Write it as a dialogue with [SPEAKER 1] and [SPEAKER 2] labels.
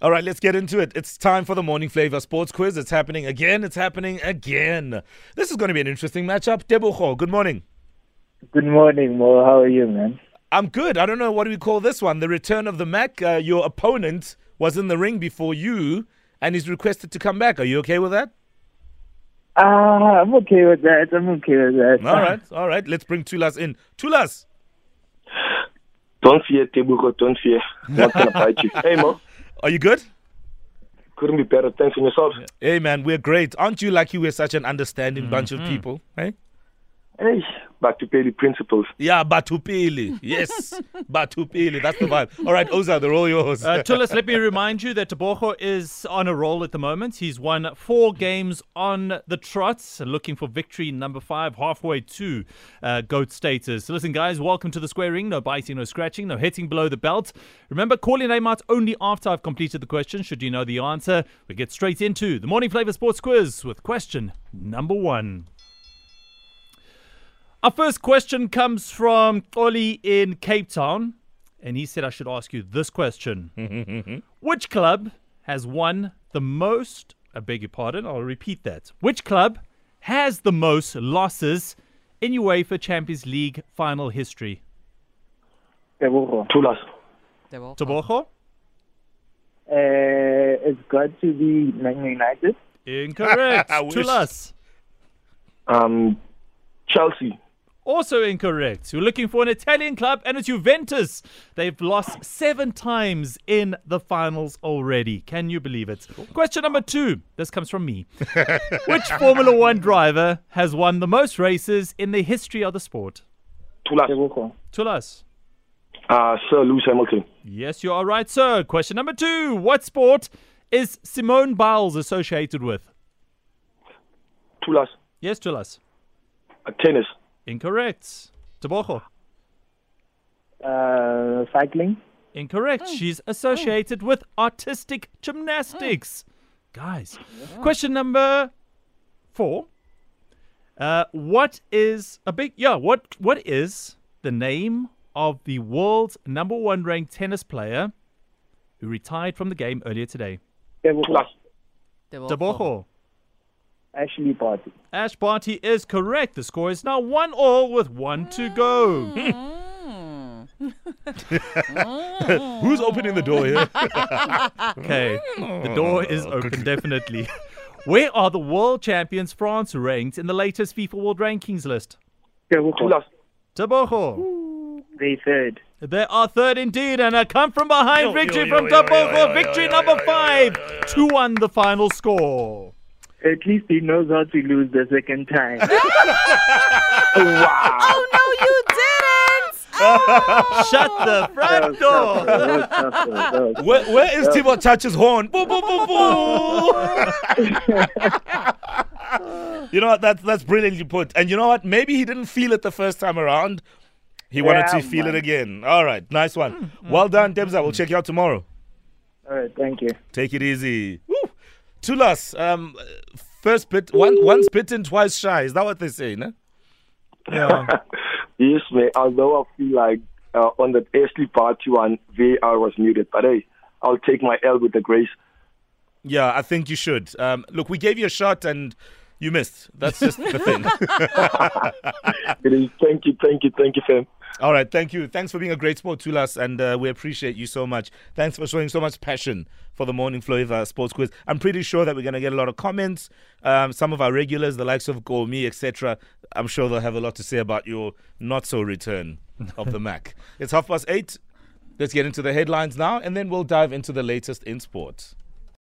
[SPEAKER 1] All right, let's get into it. It's time for the Morning Flavor Sports Quiz. It's happening again. It's happening again. This is going to be an interesting matchup. Deboho, good morning.
[SPEAKER 2] Good morning, Mo. How are you, man?
[SPEAKER 1] I'm good. I don't know what do we call this one. The return of the Mac. Uh, your opponent was in the ring before you, and he's requested to come back. Are you okay with that?
[SPEAKER 2] Ah, I'm okay with that. I'm okay with that.
[SPEAKER 1] All right, all right. Let's bring Tulas in. Tulas.
[SPEAKER 3] Don't fear, Tebuko. Don't fear. Not gonna bite you. Hey, Mo.
[SPEAKER 1] Are you good?
[SPEAKER 3] Couldn't be better. Thanks on yourself.
[SPEAKER 1] Hey, man, we're great. Aren't you lucky we're such an understanding bunch of people? Hey?
[SPEAKER 3] Hey, back to daily principles.
[SPEAKER 1] Yeah, Batupili. Yes, Batupili. That's the vibe. All right, Oza, they're all yours.
[SPEAKER 4] Uh, Tulis, let me remind you that Tabojo is on a roll at the moment. He's won four games on the trot, looking for victory number five, halfway to uh, GOAT status. So listen, guys, welcome to the square ring. No biting, no scratching, no hitting below the belt. Remember, call your name out only after I've completed the question. Should you know the answer, we get straight into the Morning Flavor Sports Quiz with question number one. Our first question comes from Oli in Cape Town, and he said I should ask you this question. Which club has won the most? I beg your pardon, I'll repeat that. Which club has the most losses in UEFA Champions League final history?
[SPEAKER 2] Tebogo.
[SPEAKER 3] Tulas.
[SPEAKER 5] They will.
[SPEAKER 4] Tobojo?
[SPEAKER 2] Uh, it's got to be Man United.
[SPEAKER 4] Incorrect.
[SPEAKER 1] I wish.
[SPEAKER 4] Tulas?
[SPEAKER 3] Um, Chelsea.
[SPEAKER 4] Also incorrect. You're looking for an Italian club, and it's Juventus. They've lost seven times in the finals already. Can you believe it? Question number two. This comes from me. Which Formula One driver has won the most races in the history of the sport?
[SPEAKER 3] Tulas.
[SPEAKER 2] Tebogo.
[SPEAKER 4] Tulas.
[SPEAKER 3] Uh, Sir Lewis Hamilton.
[SPEAKER 4] Yes, you are right, sir. Question number two. What sport is Simone Biles associated with?
[SPEAKER 3] Tulas.
[SPEAKER 4] Yes, Tulas.
[SPEAKER 3] Uh, tennis.
[SPEAKER 4] Incorrect. Tobogo.
[SPEAKER 2] Uh, cycling.
[SPEAKER 4] Incorrect. She's associated with artistic gymnastics. Guys, question number four. Uh, what is a big yeah? What what is the name of the world's number one ranked tennis player who retired from the game earlier today?
[SPEAKER 2] Tebogo.
[SPEAKER 3] Tulas.
[SPEAKER 5] They will.
[SPEAKER 4] Dabojo.
[SPEAKER 2] Ashley Barty.
[SPEAKER 4] Ash Barty is correct. The score is now one all with one to go.
[SPEAKER 1] Mm. Who's opening the door here?
[SPEAKER 4] Okay, the
[SPEAKER 1] Mm.
[SPEAKER 4] door is open, definitely. Where are the world champions France ranked in the latest FIFA World Rankings list?
[SPEAKER 2] Tebogo.
[SPEAKER 3] Tulas.
[SPEAKER 4] Tabojo.
[SPEAKER 2] They third.
[SPEAKER 4] They are third indeed, and a come from behind
[SPEAKER 1] Yo,
[SPEAKER 4] victory
[SPEAKER 1] yo,
[SPEAKER 4] from
[SPEAKER 1] yo, yo, yo, yo,
[SPEAKER 4] Tabojo. Victory
[SPEAKER 1] yo,
[SPEAKER 4] number
[SPEAKER 1] yo, yo,
[SPEAKER 4] five. 2 1 the final score.
[SPEAKER 2] At least he knows how to lose the second time.
[SPEAKER 3] Wow.
[SPEAKER 5] Oh, no, you didn't! Oh!
[SPEAKER 4] Shut the front
[SPEAKER 2] That
[SPEAKER 4] door.
[SPEAKER 2] was tough, though. That was tough.
[SPEAKER 1] Where, where is Timo Touch's horn? Boo, boo, boo, boo. you know what? That's, that's brilliantly put. And you know what? Maybe he didn't feel it the first time around. He wanted
[SPEAKER 2] Yeah,
[SPEAKER 1] to feel
[SPEAKER 2] man. Mm,
[SPEAKER 1] it again. All right. Nice one. Well done, Debza. We'll check you out tomorrow.
[SPEAKER 2] All right, thank you.
[SPEAKER 1] Take it easy. Woo. Tulas, um, first bit, one, once bitten, twice shy. Is that what eh? they say, no?
[SPEAKER 4] Yeah.
[SPEAKER 3] Yes, man. Although I feel like uh, on that Ashley Barty one, VAR was muted. But hey, I'll take my L with the grace.
[SPEAKER 1] Yeah, I think you should. Um, look, we gave you a shot and you missed. That's just the thing.
[SPEAKER 3] It is. Thank you, thank you, thank you, fam.
[SPEAKER 1] All right, thank you. Thanks for being a great sport to us, and uh, we appreciate you so much. Thanks for showing so much passion for the Morning Flavor Sports Quiz. I'm pretty sure that we're going to get a lot of comments. Um, some of our regulars, the likes of Gourmet, etc., I'm sure they'll have a lot to say about your not so return of the Mac. It's half past eight. Let's get into the headlines now, and then we'll dive into the latest in sports.